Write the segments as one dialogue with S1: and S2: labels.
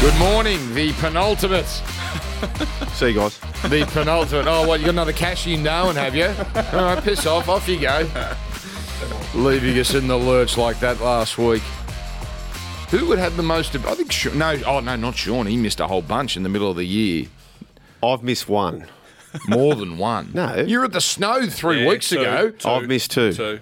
S1: Good morning, the penultimate.
S2: See you guys.
S1: The penultimate. Oh, what, you got another cash in knowing, have you? All right, piss off. Off you go. Leaving us in the lurch like that last week. Who would have the most? I think, Sha- no, oh, no, not Sean. He missed a whole bunch in the middle of the year.
S2: I've missed one.
S1: More than one.
S2: No.
S1: You were at the snow three
S3: Yeah,
S1: weeks
S3: two,
S1: ago. Oh,
S3: two,
S2: I've missed two.
S3: Two.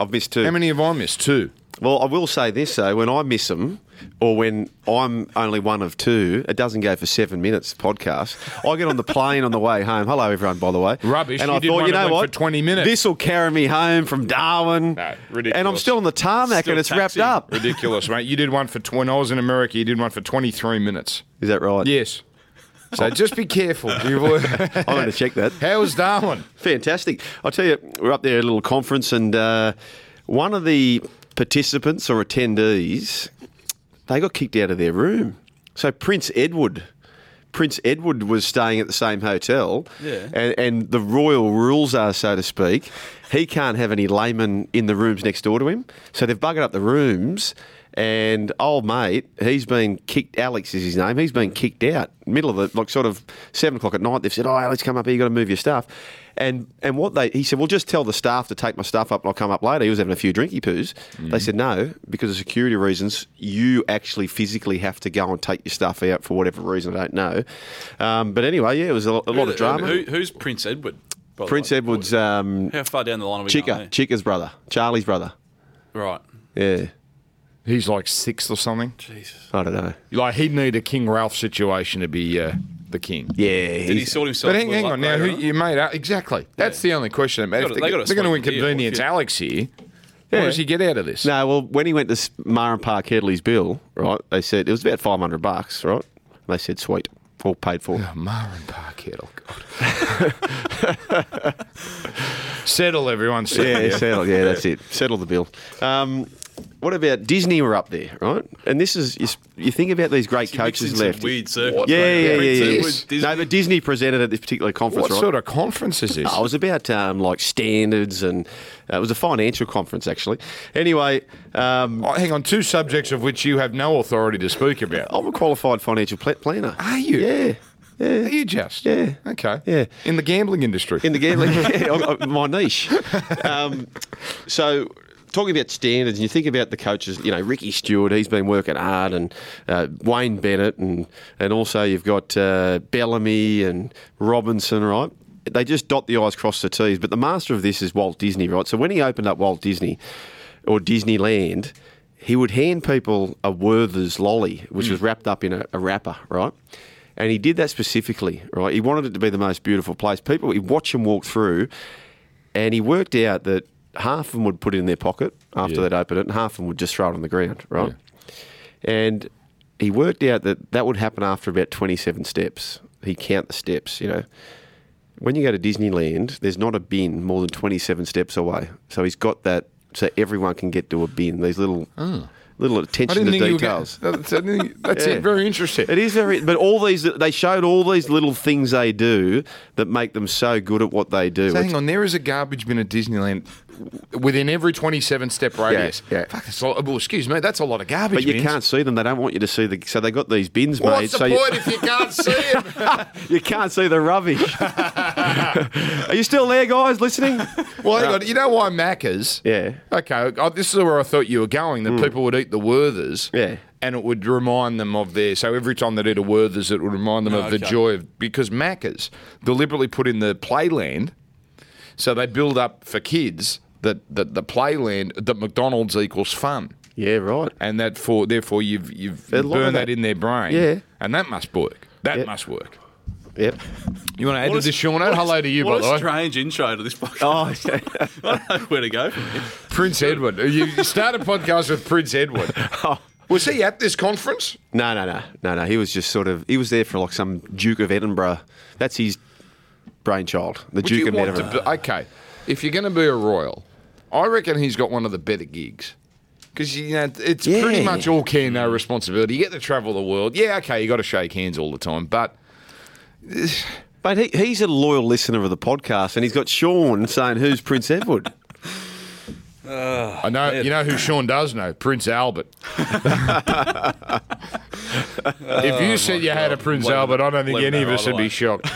S2: I've missed two.
S1: How many have I missed? Two.
S2: Well, I will say this though: when I miss them, or when I'm only one of two, it doesn't go for seven minutes. Podcast. I get on the plane on the way home. Hello, everyone. By the way,
S1: Rubbish.
S2: And
S1: You
S2: I
S1: did
S2: thought,
S1: one
S2: you
S1: that
S2: know
S1: went
S2: what?
S1: for 20 minutes.
S2: This will carry me home from Darwin.
S3: No, ridiculous.
S2: And I'm still on the tarmac,
S3: Still
S2: and it's wrapped
S3: taxi.
S2: up.
S1: Ridiculous, mate. You did one for, tw- when I was in America, you did one for 23 minutes.
S2: Is that right?
S1: Yes. So just be careful.
S2: I'm going to check that.
S1: How was Darwin?
S2: Fantastic. I'll tell you, we're up there at a little conference, and uh, one of the participants or attendees, they got kicked out of their room. So Prince Edward. Prince Edward was staying at the same hotel,
S3: Yeah.
S2: and, and the royal rules are, so to speak, he can't have any laymen in the rooms next door to him. So they've buggered up the rooms, and old mate, he's been kicked. Alex is his name. He's been kicked out middle of the like sort of seven o'clock at night. They've said, "Oh, Alex, come up here. You got to move your stuff." And and what they he said, "Well, just tell the staff to take my stuff up, and I'll come up later." He was having a few drinky poos.
S3: Mm.
S2: They said, "No, because of security reasons, you actually physically have to go and take your stuff out for whatever reason. I don't know." Um, but anyway, yeah, it was a, lo- a lot of drama.
S3: Who, who's Prince Edward? by the
S2: Prince
S3: way?
S2: Edward's um,
S3: How far down the line are we
S2: Chica,
S3: going? there?
S2: Chica's brother, Charlie's brother.
S3: Right.
S2: Yeah,
S1: He's like sixth or something.
S3: Jesus.
S2: I don't know.
S1: Like he'd need a King Ralph situation to be uh, the king.
S2: Yeah,
S3: Did he
S2: he's-
S3: sort himself?
S1: But hang,
S3: a little
S1: hang
S3: up
S1: on now,
S3: later
S1: who you made out exactly? That's the only question. They
S3: gotta-
S1: if they,
S3: they
S1: are going
S3: gotta
S1: to
S3: split the deal,
S1: inconvenience
S3: if you-
S1: Alex here. What does he get out of this?
S2: No, well, when he went to S- Marham Park Headley's bill, right? They said it was about five hundred bucks, right? And they said, "Sweet, all paid for."
S1: Marin Parkhead. Oh God. settle everyone. Settle.
S2: yeah, settle. Yeah, that's it. Settle the bill. Um, what about Disney? Were up there, right? And this is you, s- you think about these great
S3: Mixed
S2: coaches
S3: in some
S2: left.
S3: Weird circles.
S2: yeah, yeah, yeah,
S3: Prince
S2: yeah.
S3: Edward,
S1: Yes.
S3: Disney.
S2: No, but Disney presented at this particular conference,
S1: What
S2: right?
S1: sort of conference is this?
S2: I was about um, like standards, and uh, it was a financial conference actually. Anyway, um,
S1: Oh, hang on, two subjects of which you have no authority to speak about.
S2: I'm a qualified financial pla- planner.
S1: Are you?
S2: Yeah.
S1: Are Oh, you just?
S2: Yeah.
S1: Okay.
S2: Yeah.
S1: In the gambling industry.
S2: in the gambling, yeah, I- I- my niche. Um, so. Talking about standards, and you think about the coaches, you know, Ricky Stewart, he's been working hard, and uh, Wayne Bennett, and, and also you've got uh, Bellamy and Robinson, right? They just dot the I's, cross the T's. But the master of this is Walt Disney, right? So when he opened up Walt Disney or Disneyland, he would hand people a Werther's lolly, which was wrapped up in a, a wrapper, right? And he did that specifically, right? He wanted it to be the most beautiful place. People, he'd watch them walk through, and he worked out that half of them would put it in their pocket after
S1: Yeah.
S2: they'd open it, and half of them would just throw it on the ground, right? And he worked out that that would happen after about 27 steps. He'd count the steps, you know. When you go to Disneyland, there's not a bin more than 27 steps away. So he's got that so everyone can get to a bin. These little
S1: Ah.
S2: little
S1: I didn't
S2: attention to
S1: think you were
S2: details.
S1: gonna- that's, I didn't think- that's
S2: Yeah.
S1: it. Very interesting.
S2: It is very, but all these they showed all these little things they do that make them so good at what they do.
S1: So hang on, there is a garbage bin at Disneyland within every 27 step radius.
S2: yeah.
S1: Fuck, that's a lot, well, excuse me, that's a lot of garbage
S2: but you
S1: bins.
S2: can't see them. They don't want you to see the. So they got these bins
S1: Well,
S2: made.
S1: What's the
S2: so you-
S1: point if you can't see it?
S2: You can't see the rubbish. Are you still there, guys, listening?
S1: well, hang on, you know why Macca's?
S2: Yeah. Hmm.
S1: Okay, oh, this is where I thought you were going, that people would eat the Werthers.
S2: Yeah.
S1: And it would remind them of their. So every time they'd eat a Werthers, it would remind them of the
S3: okay.
S1: joy of. Because Macca's deliberately put in the playland. So they build up for kids that, that the playland, that McDonald's equals fun.
S2: Yeah, right.
S1: and that for therefore you've you've
S2: A
S1: you
S2: lot of
S1: burned that.
S2: that-
S1: in their brain.
S2: Yeah.
S1: and that must work. That
S2: Yeah.
S1: must work.
S2: Yep.
S1: You want to add to
S3: a-
S1: this, Sean?
S3: what a-
S1: Hello to you, by
S3: what
S1: the
S3: a
S1: way,
S3: strange intro to this podcast.
S2: Oh,
S3: I don't know where to go from here.
S1: Prince Edward. You you started a podcast with Prince Edward.
S2: Oh.
S1: Was he at this conference?
S2: no, no, no, no, no. He was just sort of. He was there for like some Duke of Edinburgh. That's his brainchild, the
S1: Would
S2: Duke
S1: you
S2: of
S1: want to
S2: Edinburgh.
S1: be- okay, if you're going to be a royal, I reckon he's got one of the better gigs. Because you know it's pretty
S2: Yeah.
S1: much all care, no responsibility. You get to travel the world. Yeah, okay, you got to shake hands all the time, but
S2: But he, he's a loyal listener of the podcast, and he's got Sean saying, "Who's Prince Edward?"
S1: I know you know who Sean does know, Prince Albert. if you said you had a Prince
S3: Leave it-
S1: Albert, I don't think
S3: leave it
S1: any of
S3: there
S1: us
S3: either
S1: would be
S3: way.
S1: shocked.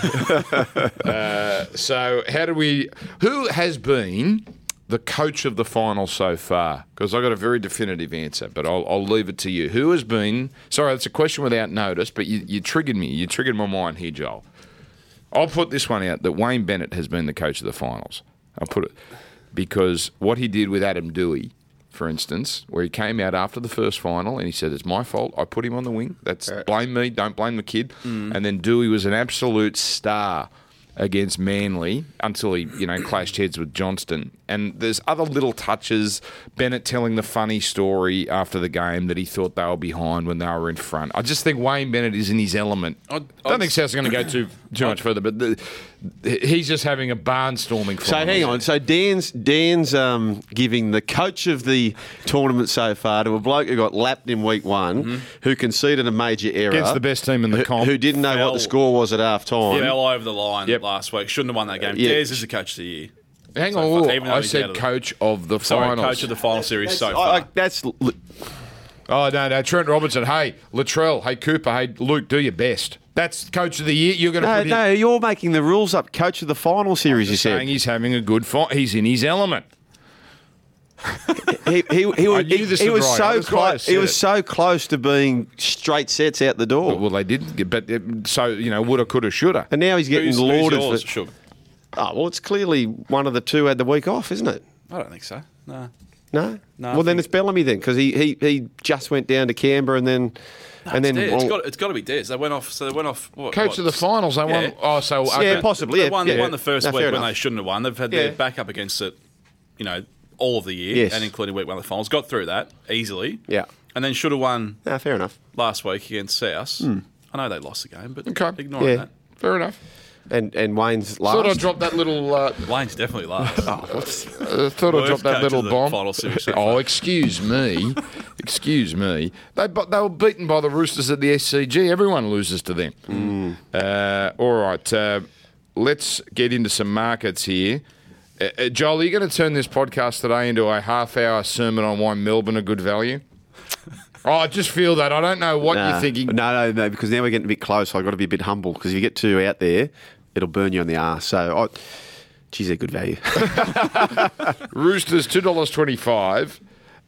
S1: uh, so, how do we? Who has been the coach of the final so far? Because I got a very definitive answer, but I'll, I'll leave it to you. Who has been? Sorry, that's a question without notice, but you, you triggered me. You triggered my mind here, Joel. I'll put this one out that Wayne Bennett has been the coach of the finals. I'll put it because what he did with Adam Dewey, for instance, where he came out after the first final and he said, It's my fault. I put him on the wing. That's
S3: Uh,
S1: blame me. Don't blame the kid.
S3: Mm.
S1: And then Dewey was an absolute star against Manly until he, you know, clashed heads with Johnston. And there's other little touches. Bennett telling the funny story after the game that he thought they were behind when they were in front. I just think Wayne Bennett is in his element. I
S3: I'd-
S1: don't
S3: I'd-
S1: think South's going to go too too much further, but the, he's just having a barnstorming.
S2: So hang on. So Dan's Dan's um, giving the coach of the tournament so far to a bloke who got lapped in week one,
S3: Mm-hmm.
S2: who conceded a major error
S1: Against the best team in the
S2: who-
S1: comp.
S2: who didn't know what
S3: Fell.
S2: the score was at half time.
S3: Fell over the line
S1: Yep.
S3: last week. Shouldn't have won that game.
S2: Yeah.
S3: Dares is the coach of the year.
S1: Hang
S3: So
S1: on.
S3: fuck,
S1: whoa,
S3: even though
S1: I
S3: he's out
S1: said
S3: of the-
S1: coach of the
S3: Sorry,
S1: finals.
S3: coach of the final series so
S2: I-
S3: far.
S2: I- that's l-
S1: oh no, no, Trent Robinson. Hey, Latrell. Hey, Cooper. Hey, Luke. Do your best. That's coach of the year. You're going to
S2: no,
S1: put in-
S2: no. You're making the rules up. Coach of the final series. You
S1: saying
S2: said
S1: he's having a good fight. He's in his element.
S2: he, he, he,
S1: I
S2: was-
S1: knew
S2: he-
S1: this
S2: he
S1: was
S2: was
S1: right.
S2: so
S1: That's why I
S2: close.
S1: said
S2: He
S1: it.
S2: was so close to being straight sets out the door.
S1: Well, they didn't. get- But it, so you know, woulda, coulda, shoulda.
S2: and now he's getting
S3: Who's, who's
S2: lauded.
S3: yours,
S2: for,
S3: Shug?
S2: oh well, it's clearly one of the two had the week off, isn't it?
S3: I don't think so. No.
S2: No.
S3: No, I
S2: well, then
S3: think-
S2: it's Bellamy then, because he, he he just went down to Canberra and then and then
S3: It's,
S2: well,
S3: got, it's got to be Dares. They went off. So they went off. What,
S1: Coach
S3: what?
S1: of the finals. They
S3: Yeah.
S1: won. Oh, so okay.
S2: yeah, possibly. Yeah,
S3: they won,
S2: yeah.
S3: won the first
S2: No,
S3: week
S2: fair
S3: when
S2: enough.
S3: they shouldn't have won. They've had
S2: Yeah.
S3: their back up against it, you know, all of the year,
S2: Yes.
S3: and including week one of the finals. Got through that easily.
S2: Yeah.
S3: And then should have won
S2: No, fair enough.
S3: last week against South. I know they lost the game, but
S1: Okay.
S3: ignoring
S2: Hmm. Yeah.
S3: that.
S1: Fair enough.
S2: And and Wayne's
S1: Thought I'd
S2: last.
S1: drop that little. Uh,
S3: Wayne's definitely last.
S2: Oh,
S1: I thought I'd
S3: Worst
S1: drop that
S3: coach
S1: little
S3: of the
S1: bomb.
S3: final series so
S1: oh,
S3: far.
S1: excuse me. excuse me. They, but they were beaten by the Roosters at the SCG. Everyone loses to them. Uh, all right. Uh, let's get into some markets here. Uh, uh, Joel, are you going to turn this podcast today into a half hour sermon on why Melbourne are good value? oh, I just feel that. I don't know what
S2: Nah.
S1: you're thinking.
S2: No, no, no, because now we're getting a bit close. I've got to be a bit humble because if you get too out there, it'll burn you on the arse. So, I, geez, they're good value.
S1: Roosters two dollars twenty five,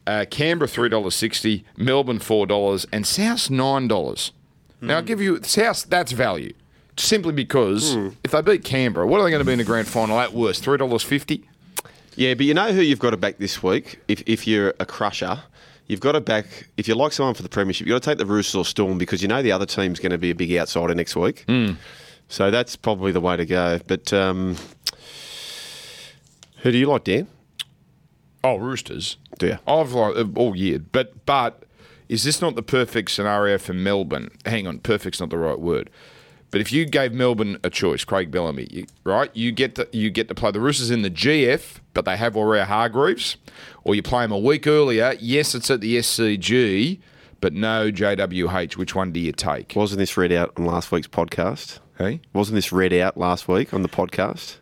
S1: uh, Canberra three dollars sixty, Melbourne four dollars, and South nine dollars. Now I'll give you South that's value, simply because if they beat Canberra, what are they going to be in the grand final at worst? Three dollars fifty.
S2: yeah, but you know who you've got to back this week if, if you're a crusher? You've got to back, if you like someone for the Premiership, you've got to take the Roosters or Storm because you know the other team's going to be a big outsider next week. So that's probably the way to go. But um, who do you like, Dan?
S1: Oh, Roosters.
S2: Do you?
S1: I've liked them all year, but but is this not the perfect scenario for Melbourne? Hang on, perfect's not the right word. But if you gave Melbourne a choice, Craig Bellamy, you, right? You get to, you get to play the Roosters in the GF, but they have Aurea Hargreaves, or you play them a week earlier. Yes, it's at the SCG, but no JWH. Which one do you take?
S2: Wasn't this read out on last week's podcast?
S1: Hey,
S2: Wasn't this read out last week on the podcast?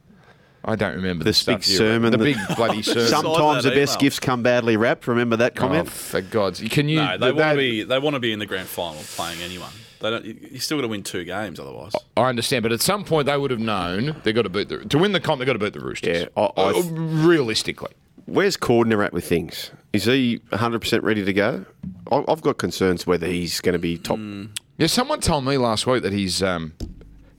S1: I don't remember
S2: This
S1: stuff
S2: big
S1: you-
S2: sermon
S1: the
S2: that-
S1: big bloody sermon.
S3: Some-
S2: Sometimes the
S3: that
S2: best
S3: email.
S2: gifts come badly wrapped. Remember that
S1: Oh,
S2: comment?
S1: for God's, can you?
S3: No, they want
S1: that-
S3: to be. They want to be in the grand final playing anyone. They don't. you- You still got to win two games otherwise.
S2: Oh,
S1: I understand, but at some point they would have known they got to beat the to win the comp. They got to beat the Roosters.
S2: Yeah, I- I-
S1: Uh, realistically,
S2: Where's Cordner at with things? Is he 100% ready to go? I- I've got concerns whether he's going to be top.
S3: Hmm.
S1: yeah. Someone told me last week that he's um,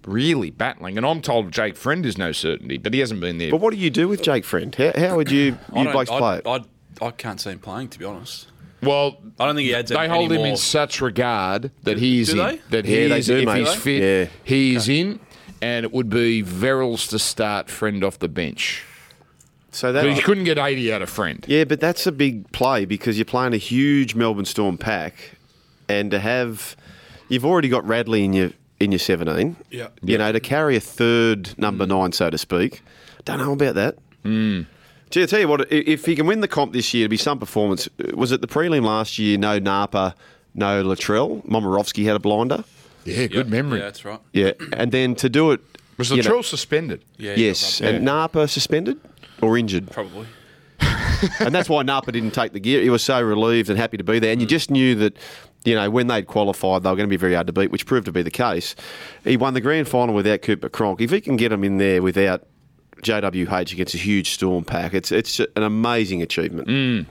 S1: really battling, and I'm told Jake Friend is no certainty, but he hasn't been there.
S2: But what do you do with Jake Friend? How, how would you
S3: I
S2: you'd
S3: don't-
S2: like to
S3: I-
S2: play it?
S3: I, I, can't see him playing to be honest.
S1: Well,
S3: I don't think he adds.
S1: they
S3: any
S1: hold him in
S3: more.
S1: such regard that he is
S3: do
S1: in,
S3: they?
S1: that
S2: Yeah,
S1: he
S2: they
S1: is
S2: do,
S1: if
S2: mate.
S1: he's
S2: Do
S1: fit,
S2: they? Yeah.
S1: he is in, and it would be Verrills to start Friend off the bench.
S2: So
S1: But he
S2: that
S1: couldn't get 80 out of Friend.
S2: yeah, but that's a big play because you're playing a huge Melbourne Storm pack, and to have you've already got Radley in your in your 17.
S3: Yeah. Mm.
S2: you know to carry a third number nine, so to speak. Don't know about that. Gee, I tell you what, i- if he can win the comp this year, it'd be some performance. Uh, Was it the prelim last year? No Napa, no Latrell. Momorowski had a blinder.
S1: Yeah, good memory.
S3: Yeah, that's right.
S2: Yeah, and then to do it.
S1: Was
S2: you know-
S1: Latrell suspended?
S3: Yeah, he
S2: yes,
S3: got rubbed.
S2: and Napa suspended or injured,
S3: probably.
S2: and that's why Napa didn't take the gear. He was so relieved and happy to be there, and you just knew that you know, when they'd qualified, they were going to be very hard to beat, which proved to be the case. He won the grand final without Cooper Cronk. If he can get him in there without JWH against a huge Storm pack, it's it's an amazing achievement.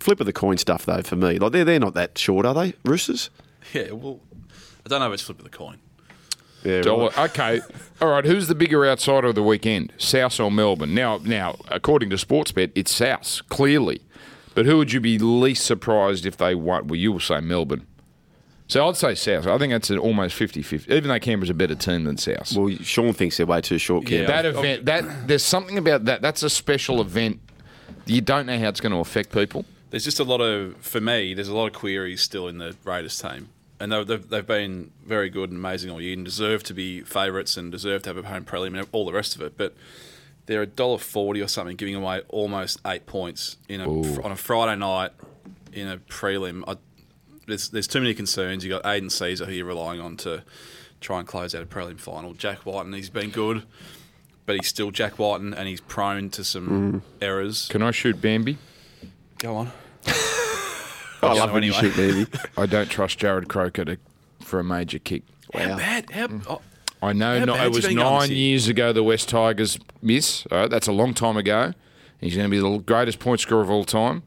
S2: Flip of the coin stuff, though, for me. Like they're they're not that short, are they? Roosters.
S3: Yeah, well, I don't know if it's flip of the coin.
S2: Yeah.
S1: Dollar. Okay. All right. Who's the bigger outsider of the weekend, South or Melbourne? Now, now, according to Sportsbet, it's South clearly. But who would you be least surprised if they won? Well, you will say Melbourne. So I'd say South. I think that's an almost 50-50. Even though Canberra's a better team than South.
S2: Well, Sean thinks they're way too short. Cam.
S3: Yeah.
S1: that
S3: I've-
S1: event, that there's something about that. That's a special event. You don't know how it's going to affect people.
S3: There's just a lot of, for me, there's a lot of queries still in the Raiders team. And they've, they've, they've been very good and amazing all year and deserve to be favourites and deserve to have a home prelim and all the rest of it. But they're a dollar forty or something, giving away almost eight points in a, on a Friday night in a prelim. I, there's, there's too many concerns. You've got Aiden Caesar, who you're relying on to try and close out a prelim final. Jack White, and he's been good, but he's still Jack White and and he's prone to some errors.
S1: Can I shoot Bambi?
S3: Go on.
S2: I
S3: Yeah,
S2: love when you
S3: anyway.
S2: shoot baby.
S1: I don't trust Jared Croker to, for a major kick.
S3: How bad? How, oh,
S1: I know
S3: How
S1: not, it
S3: bad's
S1: was
S3: been going
S1: nine
S3: this year?
S1: years ago the West Tigers miss. All right, that's a long time ago. He's going to be the greatest point scorer of all time.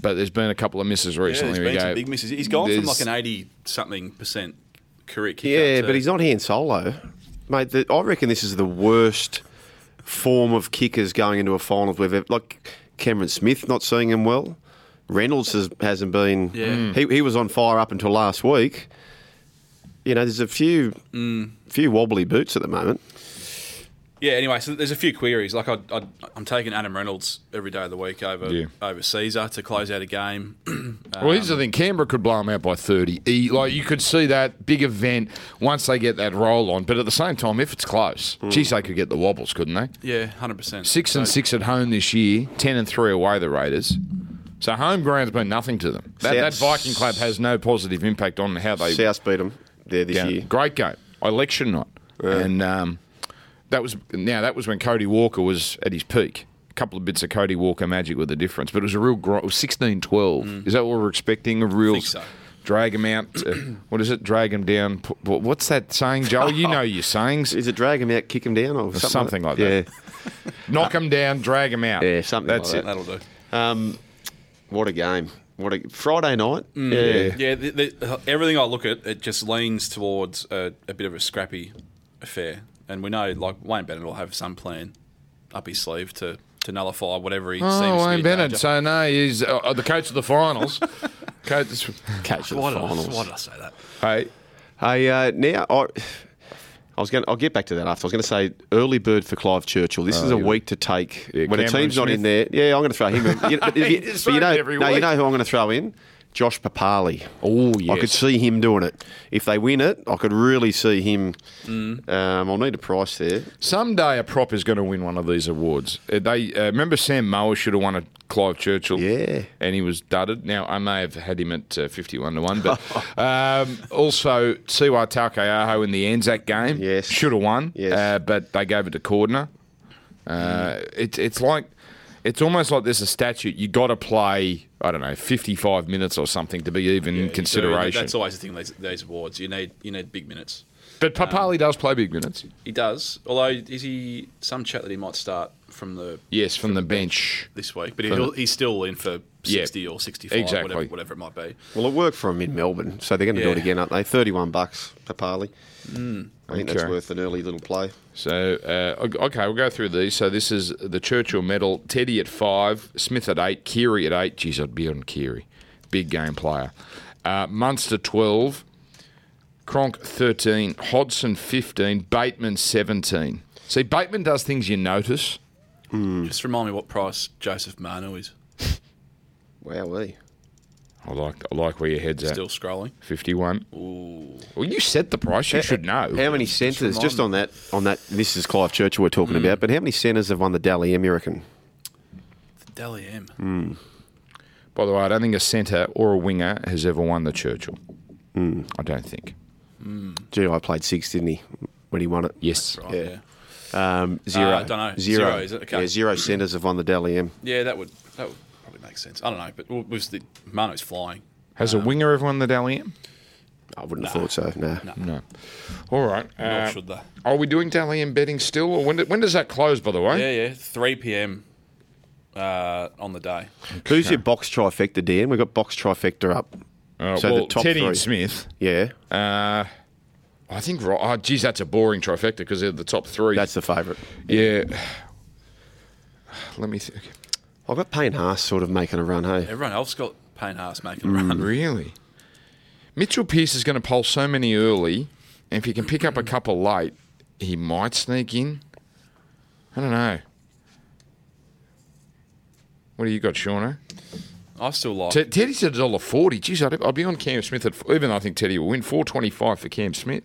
S1: But there's been a couple of misses
S3: yeah, there's
S1: recently. We
S3: been
S1: go,
S3: some big misses. He's gone from
S1: there's-
S3: like an eighty something percent career kick.
S2: Yeah, but he's not here in solo, mate. The, I reckon this is the worst form of kickers going into a final we've ever. Like Cameron Smith not seeing him well. Reynolds has, hasn't been.
S3: Yeah. Mm.
S2: He, he was on fire up until last week. You know, there's a few few wobbly boots at the moment.
S3: Yeah, anyway, so there's a few queries. Like I, I, I'm taking Adam Reynolds every day of the week over
S1: Yeah.
S3: over Caesar to close out a game.
S1: well, here's
S3: um,
S1: the thing: Canberra could blow him out by 30. E, like you could see that big event once they get that roll on. But at the same time, if it's close,
S3: Hmm.
S1: geez, they could get the wobbles, couldn't they?
S3: yeah, hundred percent.
S1: Six and six at home this year, ten and three away. The Raiders. So home ground's been nothing to them. That, that
S2: South-
S1: Viking club has no positive impact on how they
S2: South beat him there this
S1: Yeah,
S2: year.
S1: Great game. Election night. And um, that was now that was when Cody Walker was at his peak. A couple of bits of Cody Walker magic were the difference, but it was a real gro- it was 16-12. Is that what we're expecting? A real
S3: Mm. think so.
S1: drag him out. uh, what is it? Drag him down. pu- pu- What's that saying, Joel? You know your sayings.
S2: Is it drag him out, kick him down, or something,
S1: something like that.
S2: Yeah.
S1: Knock him down, drag him out.
S2: Yeah, something
S1: That's
S2: like
S1: it.
S3: That'll do.
S2: What a game! What a Friday night. Yeah.
S3: Yeah, the, the, everything I look at, it just leans towards a, a bit of a scrappy affair. And we know, like Wayne Bennett will have some plan up his sleeve to, to nullify whatever he seems
S1: Oh,
S3: to be.
S1: Wayne
S3: a
S1: Bennett.
S3: danger.
S1: So no, he's uh, uh, the coach of the finals. coach.
S2: Catch the
S3: Why did, I,
S2: finals.
S3: why did I say that?
S1: Hey,
S2: Hey, uh, now I, I was going. I'll get back to that after. I was going to say early bird for Clive Churchill. This is a week to take
S1: Oh, Yeah,
S2: when a
S1: Cameron
S2: team's not in there.
S1: Smith.
S2: Yeah, I'm going to throw him. in. You know, but if
S1: He
S2: you-
S1: just
S2: but you
S1: throws
S2: know,
S1: it every
S2: no, you
S1: week.
S2: know who I'm going to throw in? Josh Papali.
S1: Oh,
S2: I could
S1: yes.
S2: see him doing it. If they win it, I could really see him.
S1: Mm.
S2: Um, I'll need a price there.
S1: Someday a prop is going to win one of these awards. Uh, They uh, remember Sam Mower should have won a Clive Churchill,
S2: Yeah.
S1: and he was dudded. Now I may have had him at uh, fifty-one to one, but um, also Siwa Taukeaho in the Anzac game,
S2: Yes.
S1: should have won,
S2: Yes.
S1: uh, but they gave it to Cordner. Uh, it's it's like it's almost like there's a statute you got to play. I don't know, fifty-five minutes or something to be even in
S3: Yeah,
S1: consideration.
S3: That's always the thing, these, these awards. You need, you need big minutes.
S1: but Papali does play big minutes.
S3: He does. Although, is he some chat that he might start from the
S1: Yes, from the bench.
S3: this week? But he'll, he's still in for
S1: Yeah,
S3: sixty or sixty-five,
S1: exactly.
S3: whatever, whatever it might be.
S2: Well, it worked for him in Melbourne, so they're going to do
S3: Yeah.
S2: it again, aren't they? Thirty-one bucks Papali. I think that's
S1: Mm. Okay.
S2: worth an early little play.
S1: So, uh, okay, we'll go through these. So, this is the Churchill medal Teddy at five, Smith at eight, Keary at eight. Geez, I'd be on Keary. Big game player. Uh, Munster 12, Cronk 13, Hodson 15, Bateman 17. See, Bateman does things you notice. Mm.
S3: Just remind me what price Joseph Manu is.
S2: Wowee.
S1: I like I like where your head's at.
S3: Still scrolling.
S1: 51. Ooh. Well, you set the price. You should know.
S2: How many centres?
S3: remind
S2: Just on that, on that. This is Clive Churchill we're
S3: Mm.
S2: talking about. But how many centres have won the Dally M? You reckon?
S3: Dally M.
S1: Mm. By the way, I don't think a centre or a winger has ever won the Churchill. I don't think.
S2: Gee, I played six, didn't he? When he won it,
S1: Yes.
S3: Right, Oh, yeah.
S2: um, zero.
S3: Uh, dunno.
S2: Zero.
S3: Zero, is it? Okay.
S2: Yeah, zero centres have won the Dally M.
S3: Yeah, that would that would probably make sense. I don't know, but w- was the Manu's flying
S1: Has a winger ever won the Dally M?
S2: I wouldn't have thought so. No.
S1: No. All right.
S3: Nor
S1: uh,
S3: should they?
S1: are we doing Dally M betting still, or when, do- when does that close? By the way,
S3: Yeah, yeah. 3 p.m. Uh, on the day.
S2: Who's your box trifecta, Dan? We've got box trifecta up.
S1: Uh,
S2: So the
S1: well,
S2: top
S1: Teddy
S2: three.
S1: and Smith.
S2: Yeah,
S1: Uh, I think. Ro- Oh, geez, that's a boring trifecta because they're the top three.
S2: that's the favourite.
S1: yeah. Let me think.
S2: I've got Payne Haas sort of making a run, hey?
S3: Everyone else got Payne Haas making a
S1: Mm.
S3: run.
S1: Really? Mitchell Pearce is going to poll so many early, and if he can pick up a couple late, he might sneak in. I don't know. What do you got, Shauna?
S3: I still like.
S1: Te- Teddy's at dollar forty. Geez, I'd, I'd be on Cam Smith at even. though I think Teddy will win four twenty five for Cam Smith.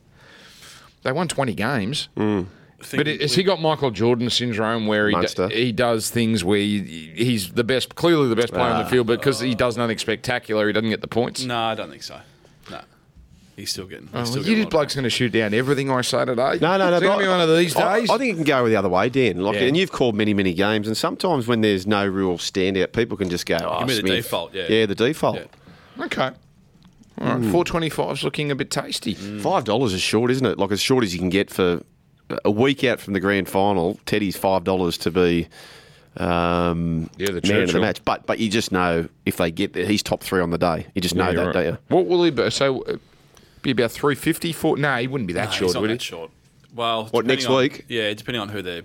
S1: They won twenty games,
S2: Mm.
S3: think
S1: but i- has he got Michael Jordan syndrome where he,
S2: Munster.
S1: d- he does things where he, he's the best, clearly the best player on
S2: Ah.
S1: the field, but because he does nothing spectacular, he doesn't get the points.
S3: No, I don't think so. No. He's still getting. He's
S1: Oh,
S3: still
S1: you
S3: getting
S1: did bloke's going to shoot down everything I say today.
S2: No, no, no.
S1: It's going
S2: but
S1: to be one of these
S2: I-
S1: days.
S2: I, think it can go the other way, Dan. Like,
S1: Yeah.
S2: and you've called many, many games, and sometimes when there's no real standout, people can just go, "Oh,
S3: Give me the
S2: Smith."
S3: default, yeah.
S2: yeah, the default."
S3: Yeah.
S1: okay. All right,
S2: Mm.
S1: four twenty-five's looking a bit tasty.
S2: Five dollars is short, isn't it? Like as short as you can get for a week out from the grand final. Teddy's five dollars to be um,
S1: Yeah, the
S2: man of the
S1: Churchill.
S2: match, but but you just know if they get there, he's top three on the day. You just know
S1: Yeah,
S2: that,
S1: right.
S2: don't you?
S1: What will he be? So, uh, be about three fifty for? No, he wouldn't be that
S3: No,
S1: short,
S3: he's not
S1: would
S3: that
S1: he?
S3: short. Well,
S2: What, next
S3: depending on-
S2: week?
S3: Yeah, depending on who they're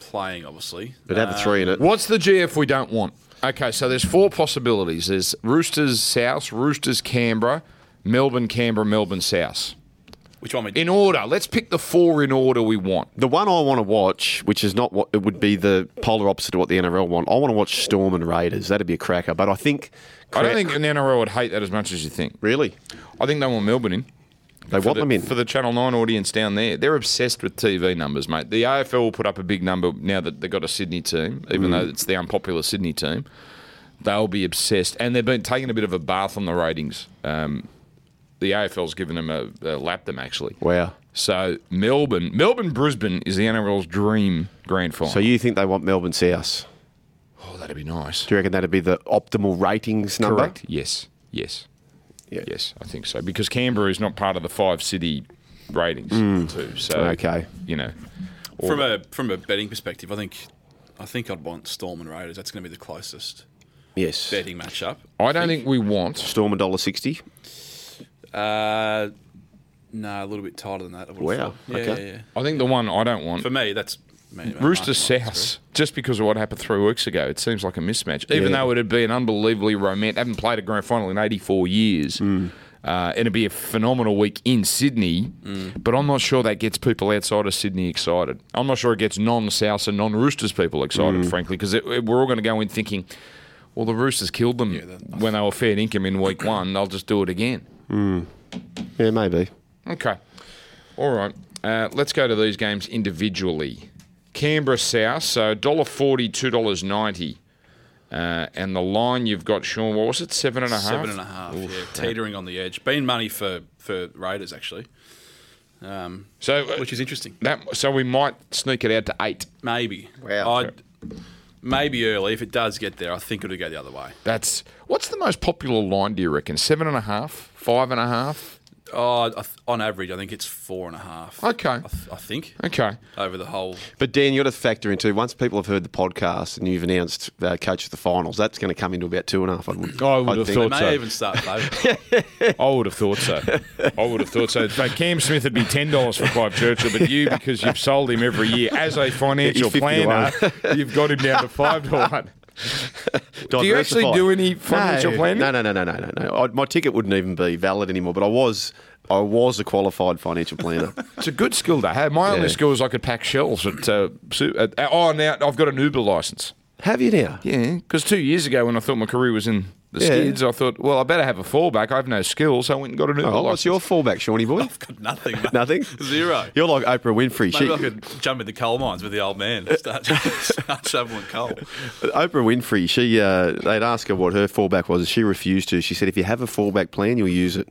S3: playing, obviously.
S2: But have the three in it.
S1: What's the GF we don't want? Okay, so there's four possibilities. There's Roosters South, Roosters Canberra, Melbourne Canberra, Melbourne South.
S3: Which one? We,
S1: In order, let's pick the four in order we want.
S2: The one I want to watch, which is not what it would be the polar opposite of what the NRL want. I want to watch Storm and Raiders. That'd be a cracker. But I think
S1: I don't think an NRL would hate that as much as you think.
S2: really
S1: I think they want Melbourne in.
S2: they
S1: for
S2: want
S1: the,
S2: them in.
S1: for the Channel Nine audience down there. They're obsessed with TV numbers, mate. The AFL will put up a big number now that they've got a Sydney team, even
S2: Mm.
S1: though it's the unpopular Sydney team. They'll be obsessed, and they've been taking a bit of a bath on the ratings. Um, the AFL's given them a, a lap them actually.
S2: wow.
S1: So Melbourne, Melbourne, Brisbane is the NRL's dream grand final.
S2: So you think they want Melbourne South?
S1: oh, that'd be nice.
S2: Do you reckon that'd be the optimal ratings number?
S1: Correct. Yes. Yes.
S2: Yeah.
S1: Yes, I think so because Canberra is not part of the five city ratings too. So
S2: Mm. Okay.
S1: you know.
S3: from a from a betting perspective, I think I think I'd want Storm and Raiders. That's going to be the closest
S2: Yes.
S3: betting matchup.
S1: I don't think we want.
S2: Storm a dollar sixty.
S3: Uh, no, a little bit tighter than that. I would've
S2: Wow,
S3: thought. Yeah,
S2: okay.
S3: yeah, yeah.
S1: I think the one I don't want.
S3: For me, that's man,
S1: Rooster
S3: market one,
S1: South, just because of what happened three weeks ago, it seems like a mismatch. Even
S2: Yeah.
S1: though it'd be an unbelievably romantic, haven't played a grand final in 84 years, uh, and it'd be a phenomenal week in Sydney, but I'm not sure that gets people outside of Sydney excited. I'm not sure it gets non South and non Roosters people excited, frankly, because we're all going to go in thinking, well, the Roosters killed them when they were fair income in week one, they'll just do it again.
S2: Yeah, maybe.
S1: Okay. All right. Uh, let's go to these games individually. Canberra South, so $1.40, $2.90. Uh, and the line you've got, Sean, what was it? Seven and a half?
S3: Seven and a half. yeah, teetering on the edge. Been money for for Raiders actually, um,
S1: So, uh,
S3: which is interesting.
S1: that, so we might sneak it out to eight.
S3: Maybe.
S2: Wow.
S3: I'd, maybe early. If it does get there, I think it'll go the other way.
S1: That's what's the most popular line, do you reckon? Seven and a half? Five and a half?
S3: Oh, I th- on average, I think it's four and a half.
S1: Okay.
S3: I, th- I think
S1: Okay.
S3: over the whole.
S2: But Dan, you got to factor into once people have heard the podcast and you've announced uh, coach of the finals, that's going to come into about two and a half. I would,
S1: I would have
S2: think.
S3: They
S1: thought-
S3: may
S1: so.
S3: even start favourite.
S1: I would have thought so. I would have thought so. But Cam Smith would be ten dollars for Clive Churchill, but you, because you've sold him every year as a financial
S2: He's 50 to
S1: planner, you've got him down to five to one. Do you actually
S2: Diversify.
S1: do any financial
S2: no,
S1: planning?
S2: No, no, no, no, no, no. no. I, my ticket wouldn't even be valid anymore. But I was, I was a qualified financial planner.
S1: It's a good skill to have. My only
S2: Yeah.
S1: skill is I could pack shells at, uh, su- at. Oh, now I've got an Uber license.
S2: have you now?
S1: Yeah, because two years ago when I thought my career was in the
S2: Yeah.
S1: skids, I thought, well, I better have a fallback. I have no skills, so I went and got an Uber
S2: Oh,
S1: license.
S2: what's your fallback, Shawnee boy?
S3: Nothing. mate.
S2: Nothing.
S3: Zero.
S2: You're like Oprah Winfrey.
S3: Maybe
S2: She-
S3: I could jump in the coal mines with the old man. Start, start shoveling coal.
S2: Oprah Winfrey. She, uh, they'd ask her what her fallback was. and She refused to. She said, "If you have a fallback plan, you'll use it."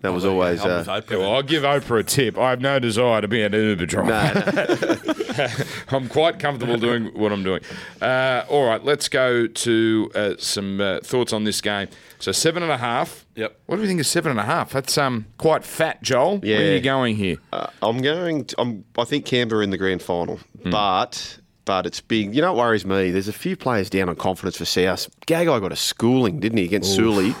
S2: That was always.
S3: I'm
S2: Uh,
S3: with Oprah.
S1: Well, I'll give Oprah a tip. I have no desire to be an Uber driver. I'm quite comfortable doing what I'm doing. Uh, all right, let's go to uh, some uh, thoughts on this game. So seven and a half.
S3: Yep.
S1: What do we think of seven and a half? That's um quite fat, Joel. Where are
S2: Yeah.
S1: you going here?
S2: Uh, I'm going. To, I'm. I think Canberra in the grand final, but but it's big. You know what worries me? There's a few players down on confidence for South. Gagai got a schooling, didn't he, against Suli?